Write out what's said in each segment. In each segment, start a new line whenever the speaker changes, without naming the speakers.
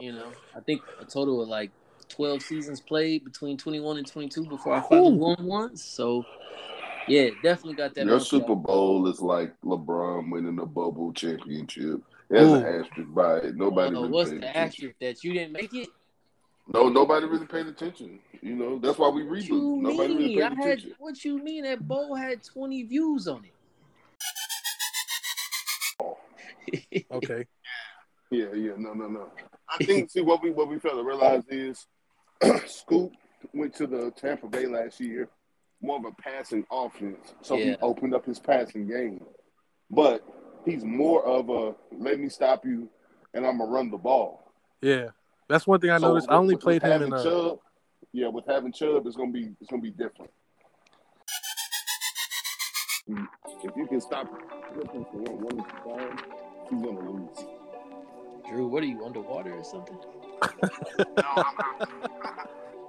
I think a total of like 12 seasons played between 21 and 22 before I finally won once. So, yeah, definitely got that.
Your
monkey
Super
off.
Bowl is like LeBron winning the bubble championship. There's an asterisk by it. Nobody
Uh,
really
what's
paid
the
attention.
asterisk that you didn't make it?
No, nobody really paid attention. You know, that's why we
What
reboot.
you
Nobody really
mean?
paid
I had
attention.
what you mean? That bowl had 20 views on
Oh.
it.
Okay.
Yeah, yeah, no, no, no. I think see what we what we fail to realize is Scoop went to the Tampa Bay last year, more of a passing offense. So
Yeah.
he opened up his passing game. But he's more of a let me stop you and I'm gonna run the ball.
Yeah. That's one thing I
So
noticed. I
with-
only
with
played him
having
in uh,
Chubb, yeah, with having Chubb, it's gonna be it's gonna be different. If you can stop Griffin for one one at a time, he's gonna lose.
Drew, what are you underwater or something?
No, I'm out.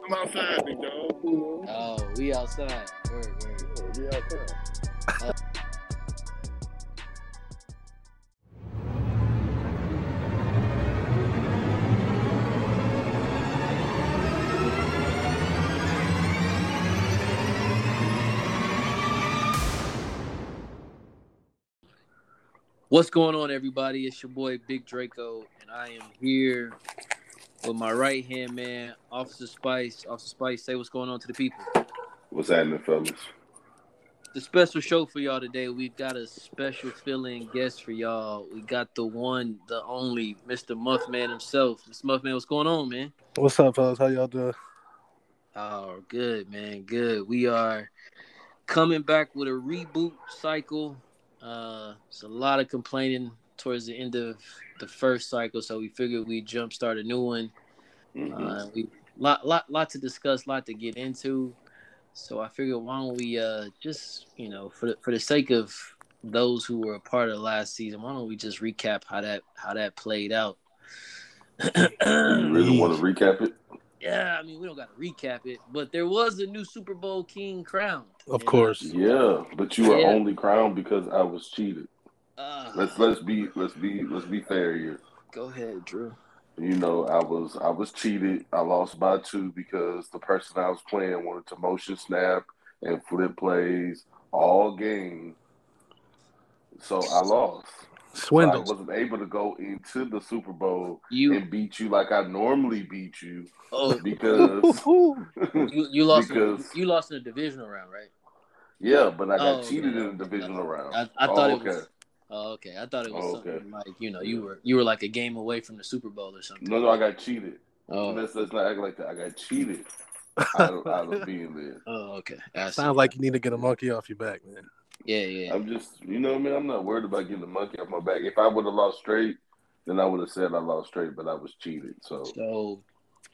I'm outside, big dog. You know?
Oh, we outside. Word, word.
Yeah, we outside.
What's going on, everybody? It's your boy Big Draco, and I am here with my right hand man, Officer Spice. Officer Spice, say what's going on to the people.
What's happening, fellas?
The special show for y'all today. We've got a special fill-in guest for y'all. We got the one, the only, Mr. Muffman himself. Mr. Muffman, what's going on, man?
What's up, fellas? How y'all doing?
Oh, good, man. Good. We are coming back with a reboot cycle. Uh, it's a lot of complaining towards the end of the first cycle, so we figured we'd jumpstart a new one.
Mm-hmm.
Uh, we lot, lot, lot to discuss, lot to get into. So I figured why don't we uh just you know for the, for the sake of those who were a part of last season, why don't we just recap how that how that played out?
you really want to recap it?
Yeah, I mean, we don't got to recap it, but there was a new Super Bowl King crowned.
Of
And,
course.
Yeah, but you are
Yeah.
only crowned because I was cheated.
Uh,
Let's let's be let's be let's be fair here.
go ahead, Drew.
You know, I was I was cheated. I lost by two because the person I was playing wanted to motion snap and flip plays all game. So I lost. So I
Swindle.
wasn't able to go into the Super Bowl
You
and beat you like I normally beat you
oh
because
you, you lost
Because-
you lost in the divisional round, right?
yeah, but I got
Oh,
cheated
yeah.
in the divisional round.
I, I
Oh,
thought it
okay.
was. Oh, okay. I thought it was
Oh,
something
okay.
like you know you were you were like a game away from the Super Bowl or something.
No, no, I got cheated.
Oh,
Let's let's not act like that. I got cheated out of, out of being there.
oh okay. I see.
Sounds like you need to get a monkey off your back, man.
yeah, yeah.
I'm just, you know what I mean? I'm not worried about getting the monkey off my back. If I would have lost straight, then I would have said I lost straight, but I was cheated. So,
So,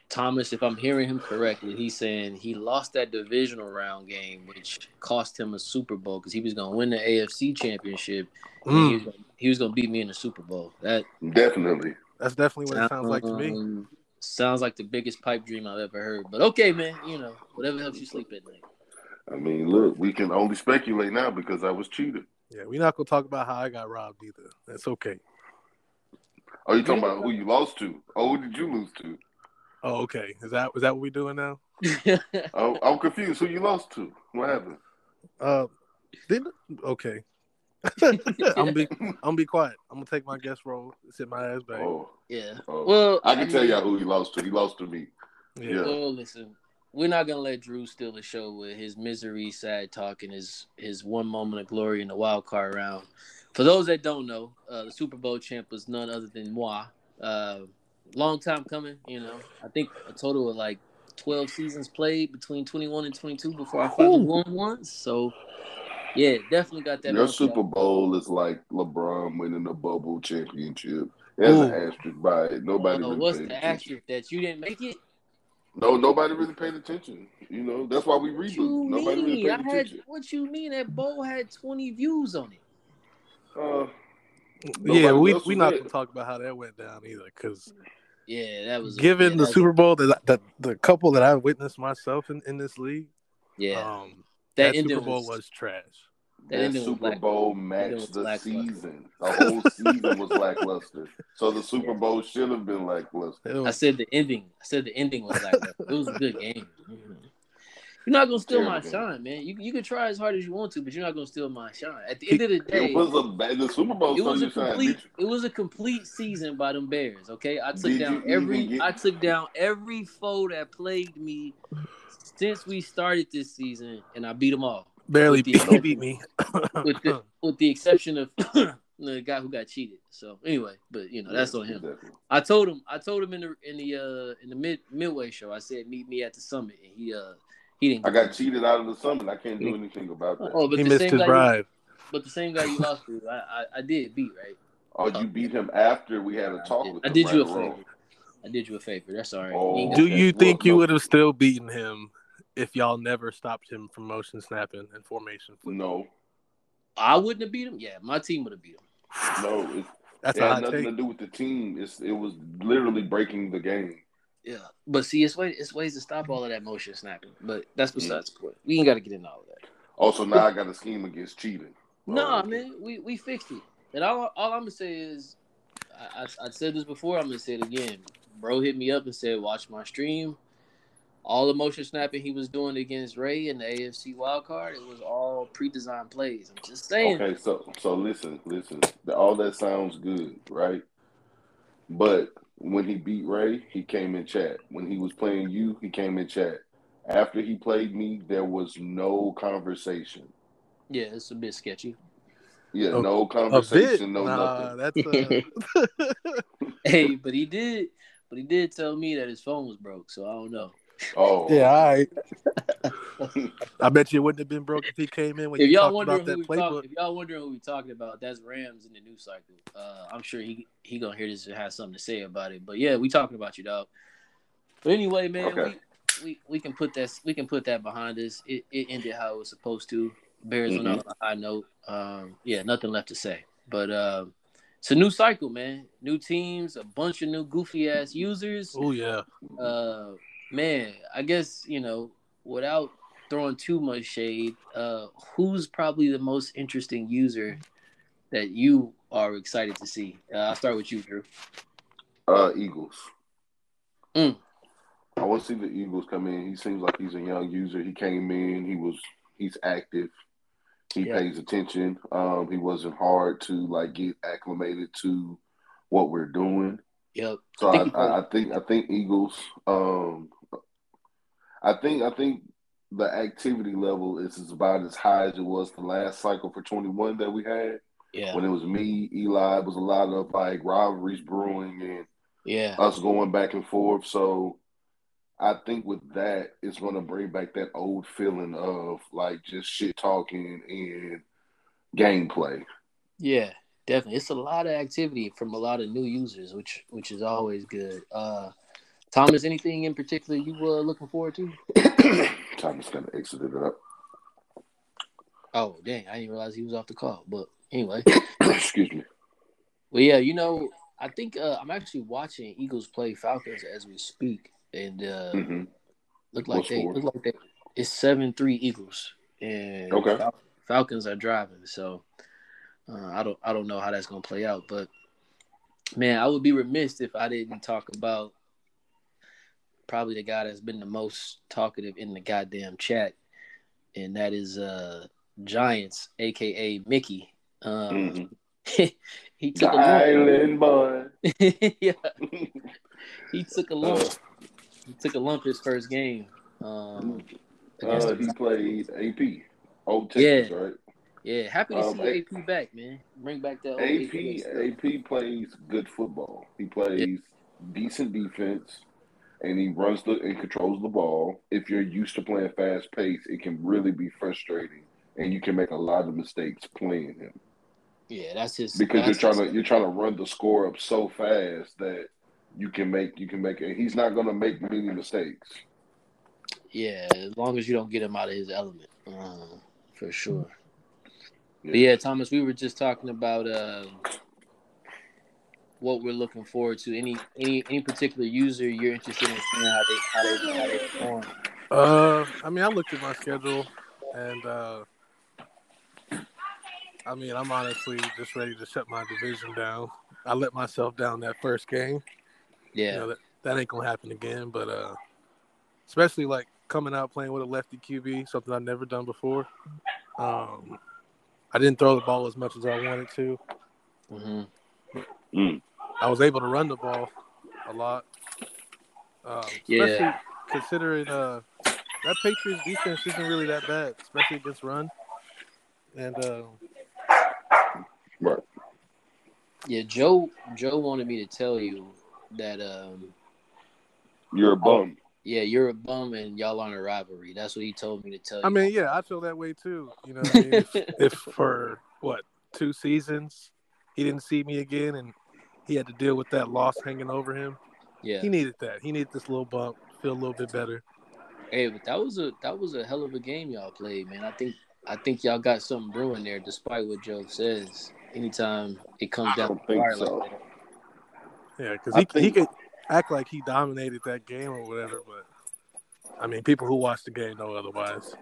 Thomas, if I'm hearing him correctly, he's saying he lost that divisional round game, which cost him a Super Bowl because he was going to win the AFC championship. And he, was
Hmm.
Mm,
gonna, he was going to beat me in the Super Bowl. That
definitely.
that's definitely what it sounds like to
Uh-huh.
me.
um, Sounds like the biggest pipe dream I've ever heard. But okay, man, you know, whatever helps you sleep at night.
I mean, look, we can only speculate now because I was cheated.
Yeah, we're not gonna talk about how I got robbed either. That's okay.
Oh, you talking about who you lost to? Oh, who did you lose to?
Oh, okay. Is that is that what we doing now?
Oh, I'm confused. Who you lost to? What happened?
Uh, didn't okay. I'm gonna be I'm gonna be quiet. I'm gonna take my guest role, sit my ass back.
Oh,
yeah.
oh.
Well,
I can tell
mean,
y'all who he lost to. He lost to me.
yeah.
Well, listen, we're not gonna let Drew steal the show with his misery, sad talk, and his his one moment of glory in the wild card round. For those that don't know, uh, the Super Bowl champ was none other than moi. Uh, long time coming, you know. I think a total of like twelve seasons played between twenty one and twenty two before I finally
Ooh.
won once. So, yeah, definitely got that.
Your
monkey
Super
off.
Bowl is like LeBron winning the bubble championship. There's an
Ooh.
asterisk by it. Nobody
Uh,
really
what's
paid
the
attention.
asterisk that you didn't make it?
No, nobody really paid attention. You know, that's why we
What
reboot.
you
Nobody really
mean?
paid
I had
attention.
what you mean? That bowl had twenty views on it.
Uh,
yeah,
Nobody
we
else
we
was
not
there.
gonna talk about how that went down either, because
Yeah, that was
given
yeah,
the
that was-
Super Bowl that, that the couple that I witnessed myself in, in this league,
Yeah,
um,
that,
that,
ending
Super Bowl
was,
was trash.
They didn't
That
do it
Super
black.
Bowl
It
matched
was
the
lackluster.
season. The whole season was lackluster. So the Super Bowl should have been lackluster.
It
I
was-
said the ending. I said the ending was like that. It was a good game. Mhm. You're not gonna steal my
Terrible.
shine, man. You you can try as hard as you want to, but you're not gonna steal my shine. At the end of the day,
It was a bad. The Super Bowl.
it was
so
a
you trying to
complete it
beat-
was a complete season by them Bears. Okay, I took
Did
down
you
every
even get-
I took down every foe that plagued me since we started this season, and I beat them all
barely
with the- um,
beat, he beat me.
with the with the exception of the guy who got cheated. So anyway, but you know that's on him.
Exactly.
I told him I told him in the in the uh in the mid midway show I said meet me at the summit and he uh he didn't
I got cheated out of the summit. I can't do anything about that.
oh but
he
the
missed
same
his
guy
ride.
but the same guy you lost to I, I I did beat right
Oh, you beat him after we had a
I
talk
did,
with
I
him,
did you a
right or wrong.
favor I did you a favor that's all right
Oh.
You ain't got-
Do you
Look,
think you
look.
would have still beaten him if y'all never stopped him from motion snapping and formation flipping?
No, Oh.
I wouldn't have beat him yeah my team would have beat him
no, it,
That's
it
a
had
hot
nothing
take.
to do with the team. It's it was literally breaking the game.
yeah but see it's way it's ways to stop all of that motion snapping but that's besides the point we ain't got to get into all of that
Also, now I got a scheme against cheating.
nah
Oh,
man we we fixed it and all all I'm gonna say is I, I I said this before I'm gonna say it again bro hit me up and said watch my stream all the motion snapping he was doing against Ray in the AFC wild card, it was all pre-designed plays. I'm just saying.
Okay, so so listen, listen. All that sounds good, right? But when he beat Ray, he came in chat. When he was playing you, he came in chat. After he played me, there was no conversation.
Yeah, it's a bit sketchy.
Yeah,
A-
no
A bit.
conversation, no
Nah,
nothing.
that's uh,
Hey, but he did, but he did tell me that his phone was broke, so I don't know.
Oh,
yeah. All right. I bet you it wouldn't have been broke if he came in when
If
you
y'all
talked
wondering
about that
who we talk,
playbook.
if y'all wondering who we talking about, that's Rams in the news cycle. Uh, I'm sure he he gonna hear this and have something to say about it. But yeah, we talking about you, dog. But anyway, man,
Okay.
we, we we can put that we can put that behind us. It it ended how it was supposed to. Bears went out on a high note. Um, yeah, nothing left to say. But um, it's a new cycle, man. New teams, a bunch of new goofy ass users
Oh yeah.
uh man i guess you know without throwing too much shade uh who's probably the most interesting user that you are excited to see uh, i'll start with you drew
Uh, Eagles.
Mm.
I want to see the Eagles come in. He seems like he's a young user. He came in. He was he's active. He
Yeah.
pays attention. Um, he wasn't hard to like get acclimated to what we're doing.
yep
So
I
I,
think he
I, I think I think Eagles. Um, I think I think the activity level is, is about as high as it was the last cycle for twenty one that we had
yeah
when it was me, Eli. It was a lot of like rivalries brewing and
yeah
us going back and forth. So I think with that, it's going to bring back that old feeling of like just shit talking and gameplay.
yeah definitely it's a lot of activity from a lot of new users which which is always good uh thomas anything in particular you were looking forward to
Thomas kind of exited it up.
oh dang i didn't realize he was off the call but anyway
Excuse me.
Well, yeah, you know, I think uh, I'm actually watching Eagles play Falcons as we speak, and uh,
hmm
look like
What
they
score?
look like they it's seven three Eagles, and
Okay.
Fal- Falcons are driving. So uh, I don't I don't know how that's gonna play out, but man, I would be remiss if I didn't talk about probably the guy that's been the most talkative in the goddamn chat, and that is uh Giants, aka Mickey. Um,
Mhm.
he
The
took a little-
island boy.
yeah. He took a lump. He took a lump his first game. Um, against
Uh,
the-
he played AP. Old Texas, right?
yeah, happy to
um,
see
A-
AP back, man. Bring back that old
AP
stuff.
AP plays good football. He plays decent defense, and he runs the and controls the ball. If you're used to playing fast pace, it can really be frustrating, and you can make a lot of mistakes playing him
Yeah, that's his.
because you're
that's
trying
his-
to you're trying to run the score up so fast that you can make you can make and he's not going to make many mistakes.
Yeah, as long as you don't get him out of his element, um, for sure. But yeah, Thomas, we were just talking about uh, what we're looking forward to. Any any any particular user you're interested in seeing how they how they how they perform?
Uh, I mean, I looked at my schedule, and uh, I mean, I'm honestly just ready to shut my division down. I let myself down that first game.
Yeah.
You know, that, that ain't gonna happen again. But uh, especially like coming out playing with a lefty QB, something I've never done before. Um, I didn't throw the ball as much as I wanted to.
hmm
I was able to run the ball a lot. Um,
Yeah.
especially considering uh, that Patriots defense isn't really that bad, especially against run. And uh,
Right.
Yeah. Joe. Joe wanted me to tell you that. Um.
You're a bum.
Yeah, you're a bum and y'all on a rivalry. That's what he told me to tell you.
I mean, yeah, I feel that way too. You know, what I mean? if, if for what two seasons he didn't see me again, and he had to deal with that loss hanging over him,
yeah.
he needed that. He needed this little bump, feel a little bit better.
Hey, but that was a that was a hell of a game y'all played, man. I think I think y'all got something brewing there, despite what Joe says. Anytime it comes down,
don't
to
think
fire
so.
Like that.
Yeah, because
I
he he
think-
could act like he dominated that game or whatever, but I mean, people who watch the game know otherwise.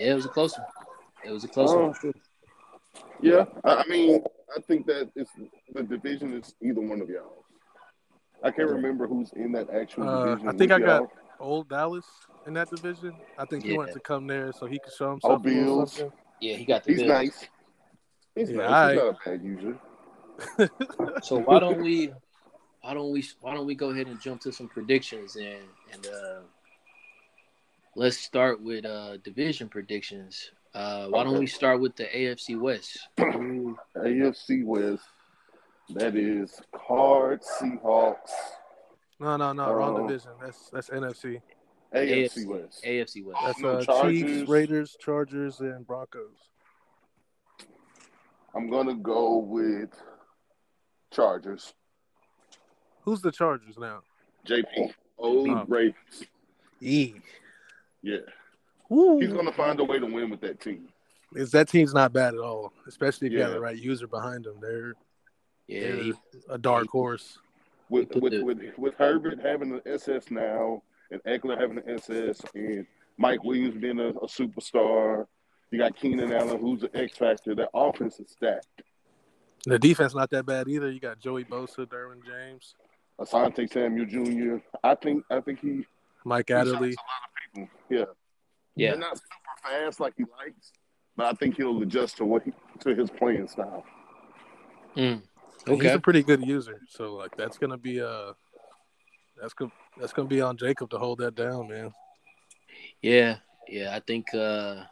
Yeah, it was a close one. It was a close
Oh.
one. for sure.
Yeah, I I mean, I think that it's the division is either one of y'all. I can't remember who's in that actual
Uh,
division.
I
with
think I got-
y'all.
Old Dallas in that division, I think he
Yeah.
wanted to come there so he could show himself. a little
Oh, Bills.
something.
Yeah, he got the
He's
bill.
nice. He's
Yeah,
nice. He's
alright.
not a bad user.
So why don't we, why don't we, why don't we go ahead and jump to some predictions and and uh, let's start with uh, division predictions. Uh, why don't we start with the AFC West?
Mm.
Who-
AFC West. That is Card Seahawks.
No, no, no, wrong
Uh,
division. That's that's NFC.
AFC West.
AFC West.
That's
no,
uh,
Chargers.
Chiefs, Raiders, Chargers, and Broncos.
I'm gonna go with Chargers.
Who's the Chargers now?
JP. Old
Oh.
Ravens.
E.
Yeah.
Woo.
He's gonna find a way to win with that team.
Is that team's not bad at all, especially if you got
Yeah.
the right user behind them. They're
Yeah, he-
a dark horse.
With
He put
with
the-
with, with Herbert having an SS now and Eckler having an SS and Mike Williams being a, a superstar. You got Keenan Allen who's an X Factor. Their offense is stacked.
The defense not that bad either. You got Joey Bosa, Derwin James,
Asante Samuel Jr. I think I think he
Mike
shocks a
Adderley.
lot of people. Yeah.
yeah.
They're not super fast like he likes, but I think he'll adjust to what he, to his playing style.
Mm.
And He's
Okay.
a pretty good user, so like that's gonna be uh that's gonna that's gonna be on Jacob to hold that down, man.
Yeah, yeah. I think uh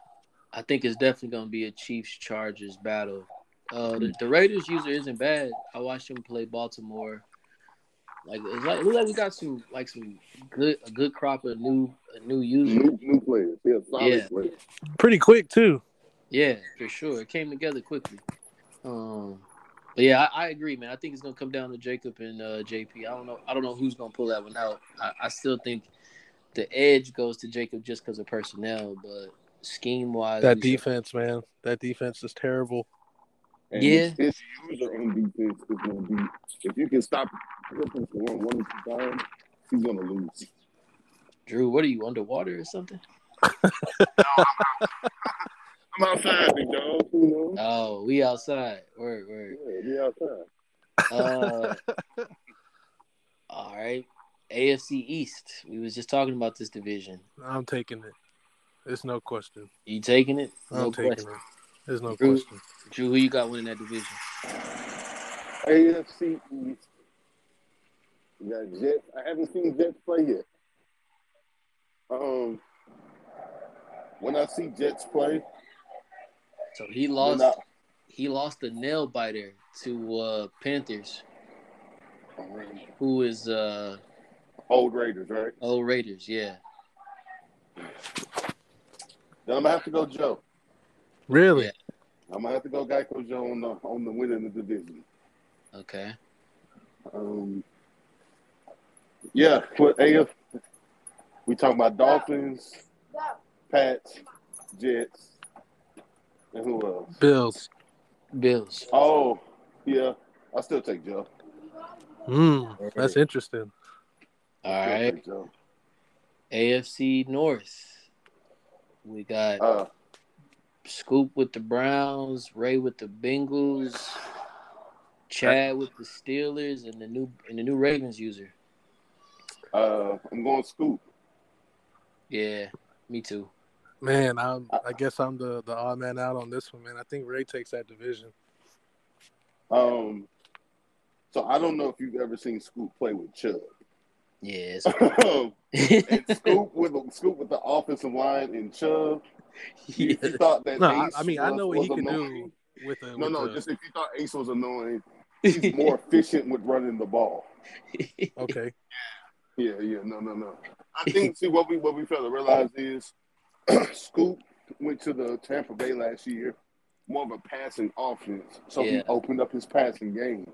I think it's definitely gonna be a Chiefs Chargers battle. Uh the, the Raiders user isn't bad. I watched him play Baltimore. Like it's like, it look like we got some like some good a good crop of new a new user.
New, new players. Yeah, solid
Yeah.
players.
Pretty quick too.
Yeah, for sure. It came together quickly. Um but yeah, I, I agree, man. I think it's gonna come down to Jacob and uh, JP. I don't know. I don't know who's gonna pull that one out. I, I still think the edge goes to Jacob just because of personnel, but scheme wise,
That defense, man. That defense is terrible.
And
Yeah.
His user on defense is going to be if you can stop Griffin for one, one or two times, he's going to lose.
Drew, what are you underwater or something?
I'm outside, big dog. You know?
Oh, we outside. Word, word.
Yeah, be outside.
Uh, all right. AFC East. We was just talking about this division.
I'm taking it. It's no question.
You taking it?
I'm
No
taking
question.
it. There's no
Drew-
question.
Drew, who you got winning that division?
AFC East. You got Jets. I haven't seen Jets play yet. Um, when I see Jets play,
So he
when
lost.
I,
He lost the nail biter to uh, Panthers, who is uh,
old Raiders, right?
old Raiders. Yeah,
Then I'm gonna have to go Joe.
Really?
Yeah.
I'm gonna have to go Geico Joe on the on the win in the division.
okay.
Um, yeah, for AF, we talking about Dolphins, Pats, Jets, and who else?
Bills.
Bills.
Oh, yeah, I still take Joe.
Mm, that's interesting.
All
Still
right.
take Joe.
AFC North. We got
Uh,
Scoop with the Browns, Ray with the Bengals, Chad with the Steelers, and the new and the new Ravens user.
Uh, I'm going scoop.
Yeah, me too.
Man, I'm,
Uh,
I guess I'm the, the odd man out on this one, man. I think Ray takes that division.
Um, so I don't know if you've ever seen Scoop play with Chubb.
Yeah,
and
it's-
Scoop with Scoop with the offensive line and Chubb.
yeah.
If you thought that
No, I,
Ace
I mean I
was-
know what he
was
can do
annoying-
with a
No,
with
no,
a-
just if you thought Ace was annoying, he's more efficient with running the ball.
okay.
Yeah, yeah, no, no, no. I think see what we what we fail to realize is Scoop went to the Tampa Bay last year, more of a passing offense, so
Yeah.
he opened up his passing game.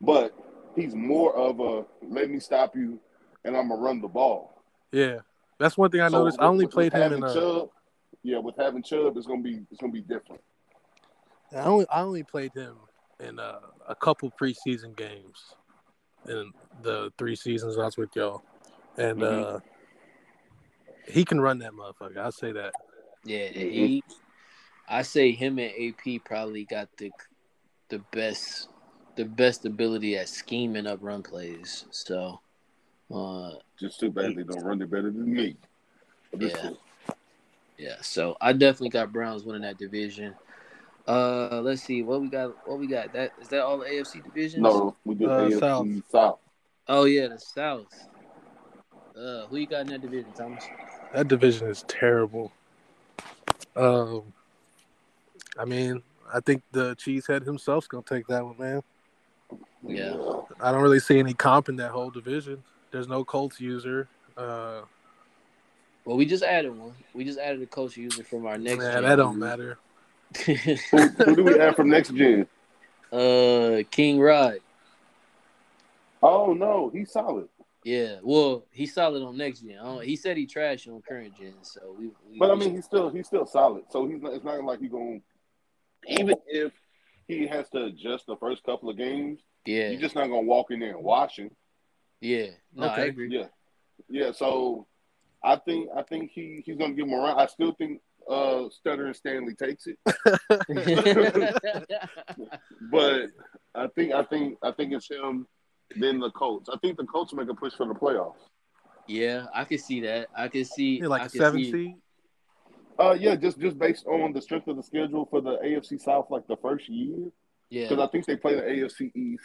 But he's more of a let me stop you, and I'm gonna run the ball.
Yeah, that's one thing I
So
noticed. I
with-
only
with-
played
with
him in
having
uh,
Chubb. Yeah, with having Chubb, it's gonna be it's gonna be different.
I only I only played him in uh, a couple preseason games in the three seasons I was with y'all, and
Mm-hmm.
uh, he can run that motherfucker. I will say that.
Yeah, he. I say him and AP probably got the the best the best ability at scheming up run plays. So, uh,
Just too bad they don't run it better than me. But it's
Yeah.
cool.
yeah. So I definitely got Browns winning that division. Uh, let's see what we got. What we got? That is that all the AFC divisions?
No, we just
Uh,
AFC
South.
South.
Oh yeah, the South. Uh, who you got in that division, Thomas?
That division is terrible. Um, I mean, I think the cheesehead himself's gonna take that one, man.
Yeah.
I don't really see any comp in that whole division. There's no Colts user. Uh,
Well, we just added one. We just added a coach user from our next.
man,
gen.
that don't matter.
Who, who do we have from next gen?
uh, King Rod.
Oh no, he's solid.
Yeah, well, he's solid on next gen. I don't- he said he trashed on current gen, so we. we
But I mean, he's still he's still solid. So he's not, it's not like he's going. Even if he has to adjust the first couple of games,
yeah,
you're just not gonna walk in there and wash him.
yeah. No, I
Okay.
agree.
Yeah, yeah. So I think I think he he's gonna give him a run. I still think uh Stutter and Stanley takes it, but I think I think I think it's him. Then the Colts. I think the Colts make a push for the playoffs.
yeah, I can see that. I can see
Yeah, like
I
a
can
seven
see-
seed.
Uh, yeah, just just based on the strength of the schedule for the AFC South, like the first year,
Yeah,
because I think they play the AFC East,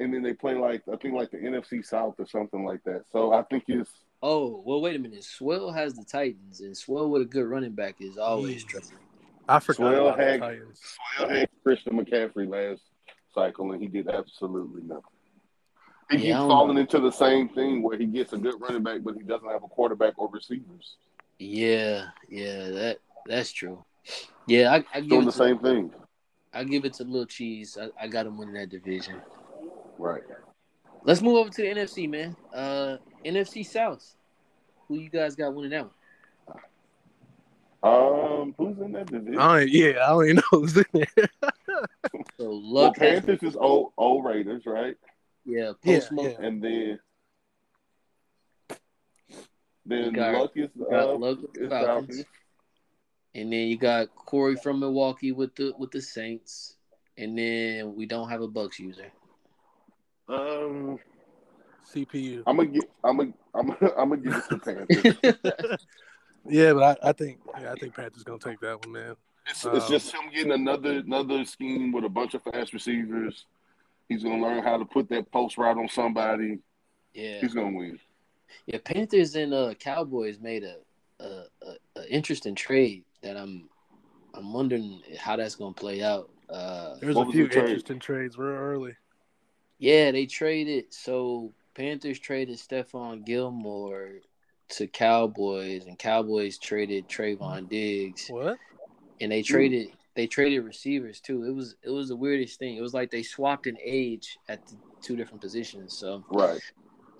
and then they play like I think like the NFC South or something like that. So I think it's
Oh well, wait a minute. Swell has the Titans, and Swell with a good running back is always
Mm.
trouble.
I forgot
Swell
about the
Hag-
Titans.
I had Christian McCaffrey last cycle, and he did absolutely nothing. He
Yeah,
keeps
I don't
falling
know.
into the same thing where he gets a good running back, but he doesn't have a quarterback or receivers
Yeah, yeah, that that's true. Yeah, I, I give
doing
it
the
to,
same thing.
I give it to Lil Cheese. I, I got him winning that division.
Right.
Let's move over to the NFC, man. Uh, NFC South. Who you guys got winning that one?
Um, who's in that division?
I don't, yeah, I don't even know who's in there.
So
well,
Luck has
Panthers is old old Raiders, right?
yeah,
Yeah,
post Malone.
yeah.
And then then
got-
Luck is
You got
uh,
Luck with the
is
Falcons.
Falcons.
And then you got Corey from Milwaukee with the with the Saints. And then we don't have a Bucks user.
Um,
CPU.
I'm gonna get I'm gonna I'm gonna, I'm gonna give it to Panthers.
Yeah, but I, I think yeah, I think Panthers gonna take that one, man.
It's,
Um,
it's just him getting another another scheme with a bunch of fast receivers. He's gonna learn how to put that post route on somebody.
yeah.
He's gonna win.
Yeah, Panthers and uh Cowboys made a a, a, a interesting trade that I'm I'm wondering how that's gonna play out. Uh
There's
what
a
was
few
the trade?
interesting trades. We're early.
Yeah, they traded. So Panthers traded Stephon Gilmore to Cowboys, and Cowboys traded Trayvon Diggs,
What?
and they traded they traded receivers too. It was it was the weirdest thing. It was like they swapped an age at the two different positions. So
Right.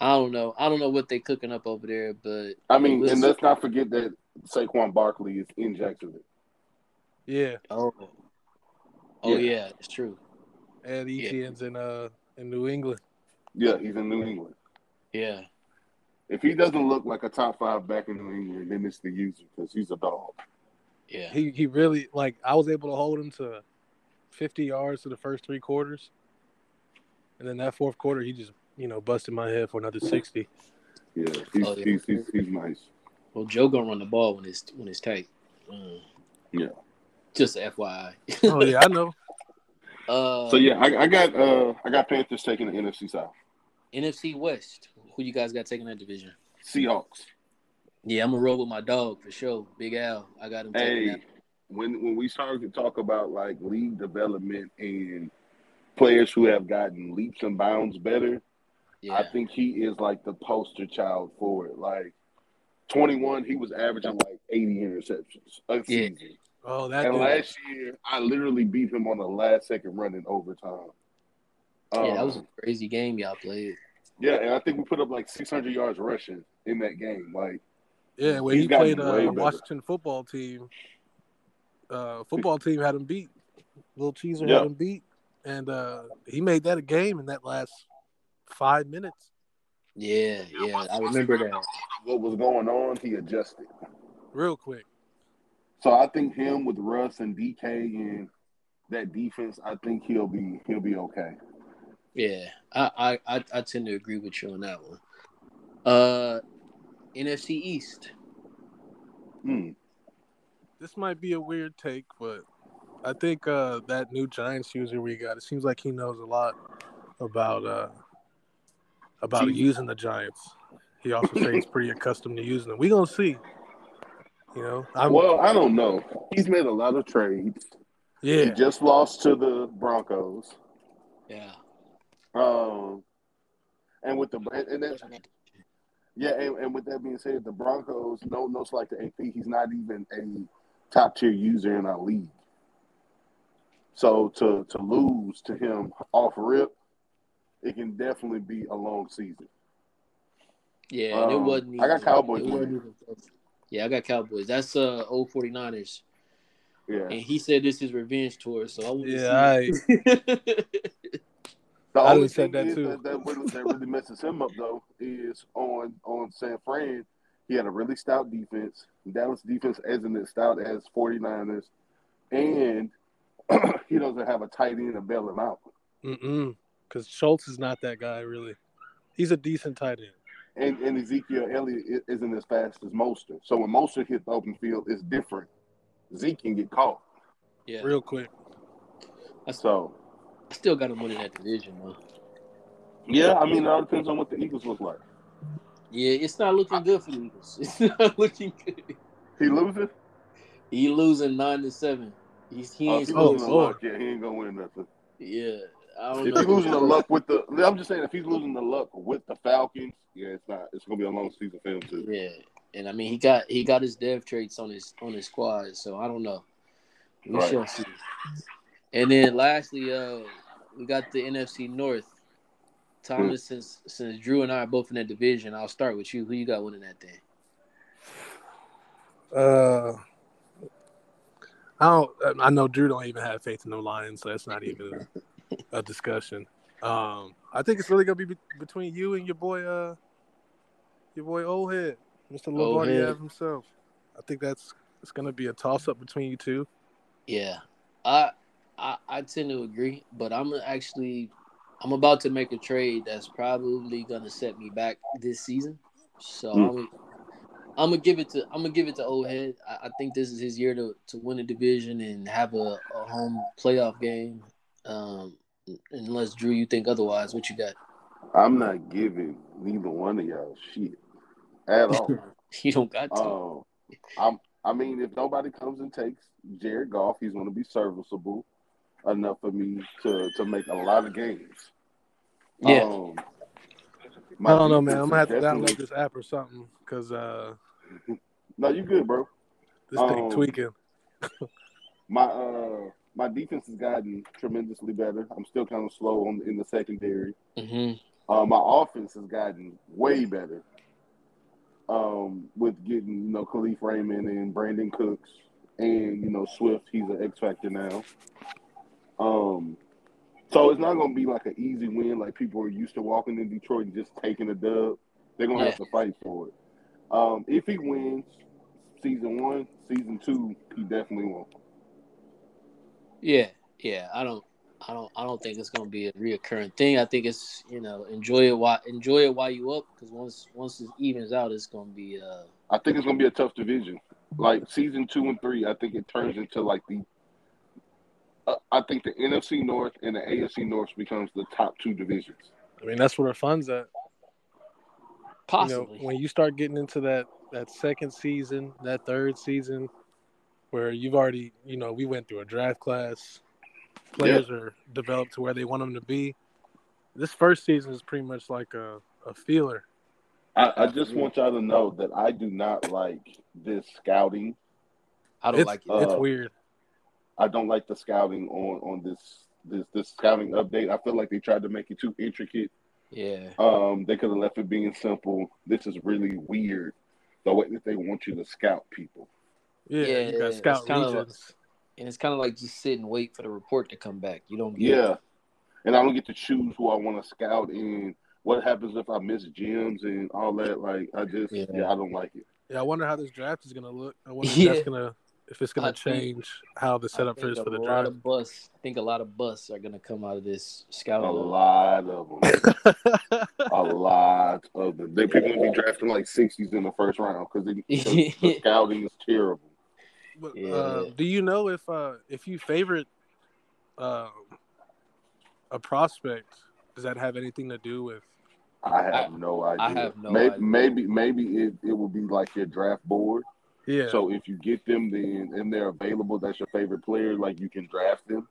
I don't know. I don't know what they cooking up over there, but
I mean,
Listen.
and let's not forget that Saquon Barkley is in Jacksonville.
Yeah,
oh, oh
Yeah.
yeah, it's true.
and
Yeah.
Etienne's in uh in New England.
Yeah, he's in New England.
Yeah,
If he doesn't look like a top five back in New England, then it's the user because he's a dog.
Yeah.
He he really like I was able to hold him to fifty yards to the first three quarters, and then that fourth quarter he just you know busted my head for another sixty.
Yeah, he's,
Oh, yeah.
He's, he's, he's nice.
Well, Joe gonna run the ball when it's when it's tight. Mm.
Yeah.
Just FYI.
oh yeah, I know.
Uh,
So yeah, I, I got uh I got Panthers taking the NFC South.
NFC West. Who you guys got taking that division?
Seahawks.
Yeah, I'm gonna roll with my dog for sure. Big Al. I got him. taking
Hey,
that.
when when we started to talk about like league development and players who have gotten leaps and bounds better,
Yeah.
I think he is like the poster child for it. Like 21, he was averaging like 80 interceptions a
Yeah.
season.
Oh that
And
dude.
last year, I literally beat him on the last second run in overtime.
yeah, that was a
Um,
crazy game y'all played.
yeah, and I think we put up like 600 yards rushing in that game. Like,
yeah when
he's
he
gotten
played uh,
way
the
better.
Washington football team. Uh, football team had him beat. Little Cheeser
Yeah.
had him beat, and uh, he made that a game in that last five minutes.
Yeah, yeah. I remember that.
what was going on, he adjusted.
real quick.
So I think him with Russ and DK and that defense, I think he'll be he'll be okay.
Yeah. I, I, I, I tend to agree with you on that one. Uh NFC East.
Hmm.
This might be a weird take, but I think uh, that new Giants user we got, it seems like he knows a lot about uh, about
Jesus.
using the Giants. He also says he's pretty accustomed to using them. We gonna see. You know, I'm
well, I don't know. He's made a lot of trades. He
yeah,
just lost to the Broncos.
Yeah.
Um, and with the and that, yeah, and, and with that being said, the Broncos no no like the AP. He's not even a top tier user in our league. So to to lose to him off rip, it can definitely be a long season.
Yeah, and it
Um,
wasn't
I got
even-
Cowboys
it wasn't even- yeah, I got Cowboys. That's uh old 49ers.
Yeah.
And he said this is revenge tour, so I want
yeah.
to
I,
see.
The
I
only
would've
thing
said that
is
too.
That, that, really, that really messes him up though is on on San Fran. He had a really stout defense. Dallas defense isn't as stout as 49ers, and he doesn't have a tight end to bail him out.
mm because Schultz is not that guy really. He's a decent tight end.
And and Ezekiel Elliott i- isn't as fast as Mostert. So when Mostert hits the open field, it's different. Zeke can get caught.
yeah.
Real quick.
So
I still got him winning that division though.
yeah, I mean it all depends on what the Eagles look like.
Yeah, it's not looking good for the Eagles. It's not looking good.
He loses.
He losing nine to seven. He's he
Oh, if
ain't
he
Oh,
supposed
losing
to.
to
Lord.
luck, yeah, he ain't gonna win nothing.
Yeah, I don't
If
know.
he's losing the luck with the, I'm just saying, if he's losing the luck with the Falcons, yeah, it's not. It's gonna be a long season for him too.
Yeah, and I mean he got he got his dev traits on his on his squad, so I don't know. We
Right.
shall see. And then lastly, uh, we got the NFC North. Thomas, since since Drew and I are both in that division, I'll start with you. Who you got winning that thing?
Uh, I don't. I know Drew don't even have faith in the Lions, so that's not even a, a discussion. Um, I think it's really gonna be, be between you and your boy, uh, your boy old head, Mister Lombardi
Head.
Ave himself. I think that's it's gonna be a toss up between you two.
Yeah, I, I I tend to agree, but I'm actually I'm about to make a trade that's probably gonna set me back this season. So
Hmm.
I'm I'm gonna give it to I'm gonna give it to old head. I, I think this is his year to, to win a division and have a, a home playoff game. Um, unless Drew, you think otherwise? What you got?
I'm not giving neither one of y'all shit at
You don't got to.
all. um, I'm. I mean, if nobody comes and takes Jared Goff, he's gonna be serviceable enough for me to to make a lot of games.
yeah,
Um, my
I don't know, man.
defense
I'm gonna have to
is
download
definitely-
this app or something because uh,
No, you good, bro.
this
Um,
thing tweaking.
My uh my defense has gotten tremendously better. I'm still kind of slow on in the secondary.
hmm
Uh, my offense has gotten way better. Um, with getting you know Khalif Raymond and Brandon Cooks and you know Swift, he's an X factor now. Um, so it's not going to be like an easy win like people are used to walking in Detroit and just taking a dub. They're going to have to fight for it. Um, if he wins season one, season two, he definitely won't.
Yeah, yeah. I don't, I don't, I don't think it's gonna be a reoccurring thing. I think it's you know enjoy it while enjoy it while you up because once once it evens out, it's gonna be uh
I think it's gonna be a tough division. Like season two and three, I think it turns into like the. Uh, I think the NFC North and the AFC North becomes the top two divisions.
I mean, that's where the fun's at. You know,
possibly.
when you start getting into that that second season, that third season, where you've already, you know, we went through a draft class. Players are developed to where they want them to be. This first season is pretty much like a, a feeler.
I, I just want y'all to know that I do not like this scouting.
I don't
it's,
like it.
uh,
It's weird.
I don't like the scouting on on this this this scouting update. I feel like they tried to make it too intricate.
yeah,
Um, they could have left it being simple. This is really weird. The way that they want you to scout people.
Yeah,
yeah,
you
yeah,
got scout
it's kinda like-
regions.
and it's kind of like you sit and wait for the report to come back. You don't get.
Yeah, and I don't get to choose who I want to scout and what happens if I miss gyms and all that. Like I just
Yeah.
yeah, I don't like it.
yeah, I wonder how this draft is gonna look. I wonder
Yeah.
if that's gonna if it's gonna
I think-
change how the
I
setup
think
is for the
a lot
draft.
of busts. I think a lot of busts are gonna come out of this
A
scouting.
lot of them. a lot of them. They people gonna be drafting like sixties in the first round because the scouting is terrible.
But, uh,
Yeah.
do you know if uh, if you favorite um, a prospect, does that have anything to do with?
I have no idea.
I have no
May-
idea.
maybe, Maybe it, it will be like your draft board.
Yeah,
So if you get them, then and they're available, that's your favorite player. Like you can draft them,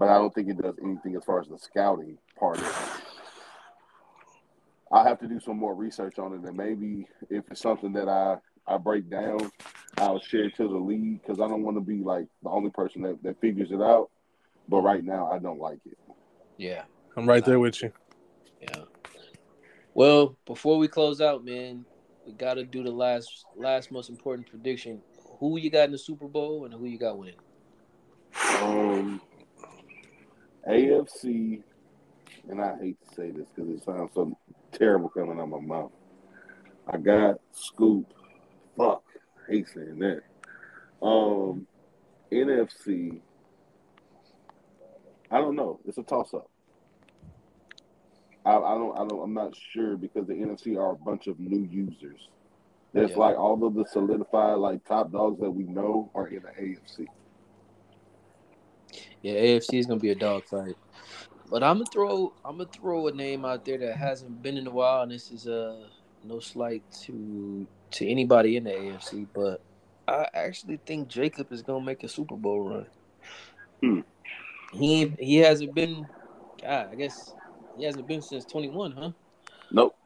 but I don't think it does anything as far as the scouting part. Of it. I have to do some more research on it, and maybe if it's something that I I break down, I'll share it to the league because I don't want to be like the only person that, that figures it out. But right now, I don't like it.
Yeah,
I'm right there with you.
yeah. Well, before we close out, man, we gotta do the last last most important prediction. Who you got in the Super Bowl and who you got winning?
Um, AFC, and I hate to say this because it sounds so terrible coming out my mouth. I got Scoop. Fuck, I hate saying that. Um, NFC. I don't know. It's a toss up. I, I don't. I don't. I'm not sure because the NFC are a bunch of new users. That's
Yeah.
like all of the solidified like top dogs that we know are in the AFC.
Yeah, AFC is gonna be a dogfight. But I'm gonna throw I'm gonna throw a name out there that hasn't been in a while, and this is uh no slight to to anybody in the AFC, but I actually think Jacob is gonna make a Super Bowl run.
Hmm.
He ain't- he hasn't been, God, I guess he hasn't been since 21, huh?
Nope.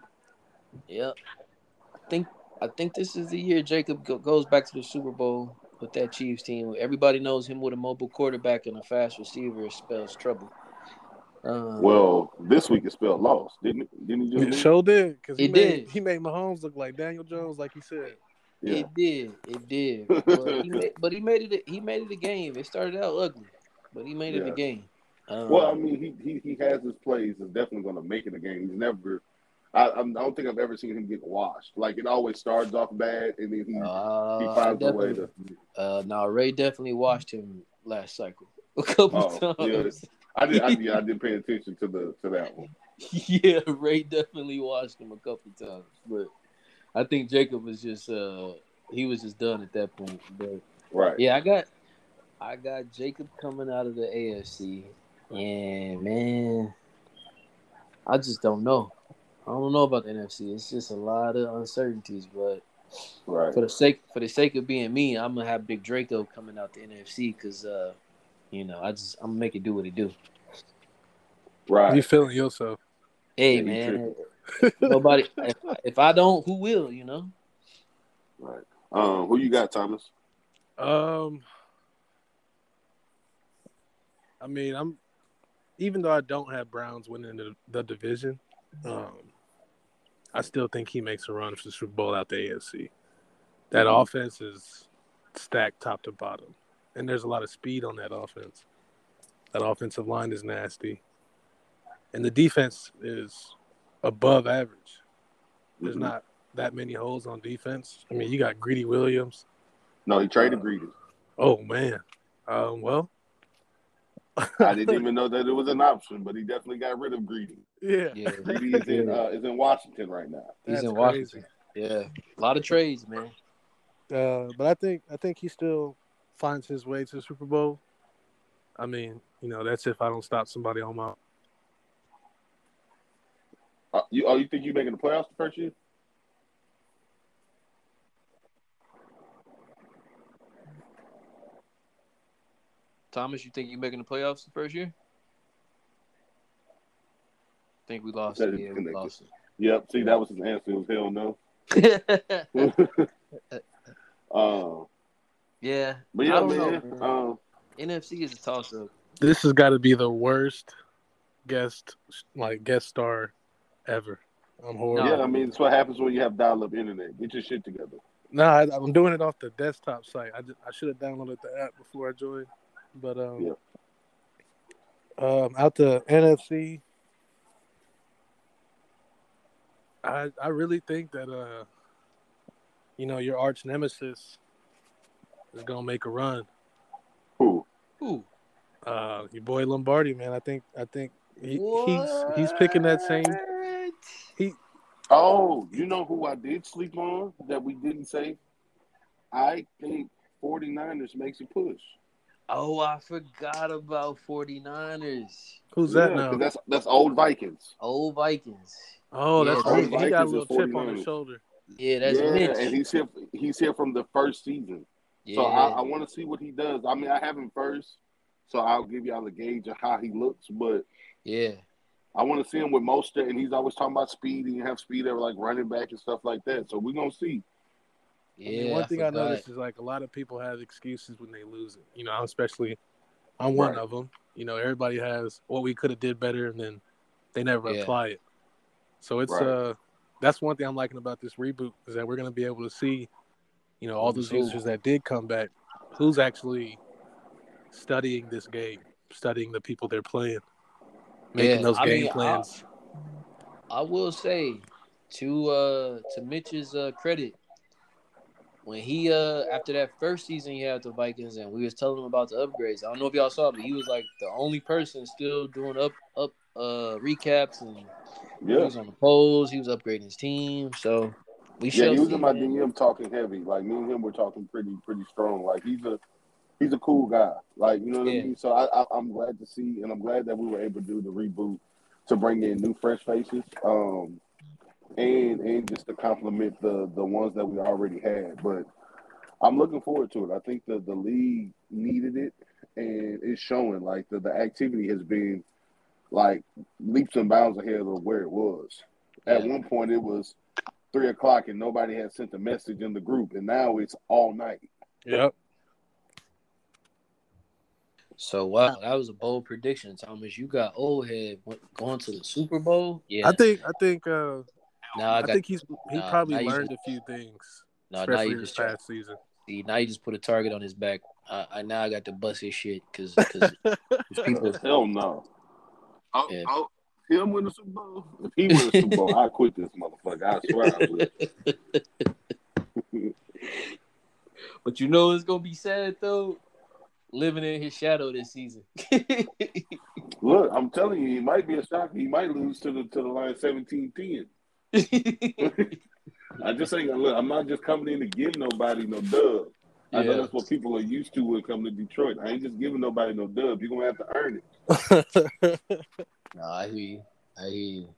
Yep. I think I think this is the year Jacob go- goes back to the Super Bowl with that Chiefs team. Everybody knows him with a mobile quarterback and a fast receiver spells trouble. Um,
Well, this week it spelled lost, didn't it? Didn't it
It
just
sure did because he
It
made
did.
he made Mahomes look like Daniel Jones, like he said.
yeah.
it did, it did. But he, made, but he made it. a- He made it a game. It started out ugly, but he made it
Yeah.
a game. Um,
Well, I mean, he, he he has his plays. Is definitely going to make it a game. He's never. I, I'm- I don't think I've ever seen him get washed. Like it always starts off bad, and then he
uh,
he
I
finds a way
definitely-
to.
Uh, now Ray definitely watched him last cycle a couple
Oh, yeah.
times.
I did. I, yeah, I didn't pay attention to the to that one.
yeah, Ray definitely watched him a couple times, but I think Jacob was just uh he was just done at that point. But
Right.
yeah, I got I got Jacob coming out of the AFC, and man, I just don't know. I don't know about the NFC. It's just a lot of uncertainties, but
Right.
for the sake for the sake of being me, I'm gonna have Big Draco coming out the NFC because uh, you know I just I'm gonna make it do what it do.
Right.
You feeling yourself?
Hey
Yeah, you
man, nobody. If, if I don't, who will? You know.
Right. Um, who you got, Thomas?
Um, I mean, I'm even though I don't have Browns winning the, the division, um, I still think he makes a run for the Super Bowl out the AFC. That
Mhm.
offense is stacked top to bottom, and there's a lot of speed on that offense. That offensive line is nasty, and the defense is above average. There's
Mhm.
not that many holes on defense. I mean, you got Greedy Williams,
No, he traded Greedy.
Oh man. Um, well,
I didn't even know that it was an option, but he definitely got rid of Greedy.
yeah.
Yeah,
Greedy is in, uh, is in Washington right now.
he's
that's
in Washington. Yeah, a lot of trades, man.
Uh, but I think I think he still finds his way to the Super Bowl. I mean, you know, that's if I don't stop somebody on my.
Uh, you, oh, you think you making the playoffs the first year?
Thomas, you think you making the playoffs the first year? think we lost.
That is
it. Yeah, we
connected.
lost
Yep. See, that was his answer. It was hell no.
it.
Uh,
yeah,
but
I
yeah,
don't
man.
know.
Um,
NFC is a toss up.
This has got to be the worst guest, like guest star, ever. I'm horrible.
yeah, I mean, it's what happens when you have dial-up internet. Get your shit together.
No, I, I'm doing it off the desktop site. I, ju- I should have downloaded the app before I joined, but um, um, out the NFC, I I really think that uh, you know, your arch nemesis is gonna make a run.
Who?
Ooh,
Uh, your boy Lombardi, man. I think I think he, he's he's picking that same.
Oh, you know who I did sleep on that we didn't say? I think 49ers makes a push.
Oh, I forgot about 49ers.
Who's that
Yeah, 'cause
now?
That's that's old Vikings.
Old Vikings.
Oh, that's
Yeah,
right.
Vikings
He got a
is
little chip on
49ers.
his shoulder.
Yeah, that's
yeah,
Mitch.
and he's here. He's here from the first season.
yeah.
So I, I want to see what he does. I mean, I have him first, so I'll give y'all a gauge of how he looks. But
yeah.
I want to see him with Mostert, and he's always talking about speed. and have speed at like running back and stuff like that. So we're gonna see.
I
Yeah.
mean, one thing I,
forgot.
noticed is like a lot of people have excuses when they lose it. You know, I'm especially I'm one
Right.
of them. You know, everybody has what we could have did better, and then they never
Yeah.
apply it. So it's
Right.
uh, that's one thing I'm liking about this reboot is that we're gonna be able to see, you know, all those
Who's who?
users that did come back, who's actually studying this game, studying the people they're playing, making
Yeah,
those
I
game
mean, I-
plans.
I will say to uh to Mitch's uh credit, when he uh after that first season he had with the Vikings and we was telling him about the upgrades. I don't know if y'all saw, but he was like the only person still doing up up uh recaps and he
Yeah,
was on the polls, he was upgrading his team. So we
yeah.
shall
He was
see,
in my
man.
DM talking heavy. Like me and him were talking pretty, pretty strong. Like he's a, he's a cool guy. Like you know what
Yeah.
I mean. So I, I, I'm glad to see, and I'm glad that we were able to do the reboot to bring in new fresh faces. Um, and and just to complement the the ones that we already had. But I'm looking forward to it. I think the the league needed it, and it's showing. Like the the activity has been like leaps and bounds ahead of where it was. At
Yeah.
one point, it was three o'clock and nobody had sent a message in the group, and now it's all night.
Yep.
So wow, that was a bold prediction, Thomas. You got old head went- going to the Super Bowl. Yeah,
I think I think uh,
now
I,
I got
think he's he
nah,
probably
now you
learned a few things,
no. Now
especially
you
this
just try,
past season.
see, now you just put a target on his back. I, I now I got to bust his shit because because people
Hell no. I'll,
Yeah.
I'll, Oh, him win the Super Bowl. If he wins the Super Bowl, I quit this motherfucker. I swear I will.
But you know it's gonna be sad though, living in his shadow this season.
Look, I'm telling you, he might be a shocker. He might lose to the to the line 17-10. I just ain't gonna look. I'm not just coming in to give nobody no dub. I know
yeah.
that's what people are used to when coming to Detroit. I ain't just giving nobody no dub. You're gonna have to earn it.
No, I hear you. I hear you.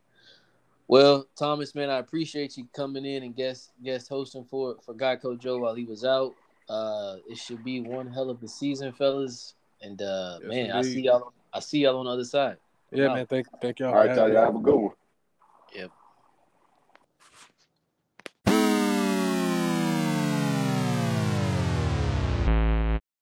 Well, Thomas, man, I appreciate you coming in and guest guest hosting for for Geico Joe while he was out. Uh, it should be one hell of a season, fellas. And uh,
Yes,
man, I
indeed.
see y'all. I see y'all on the other side.
yeah,
Wow. Oh,
man. Thank thank y'all.
All right,
for having
y'all,
me.
y'all have a good one.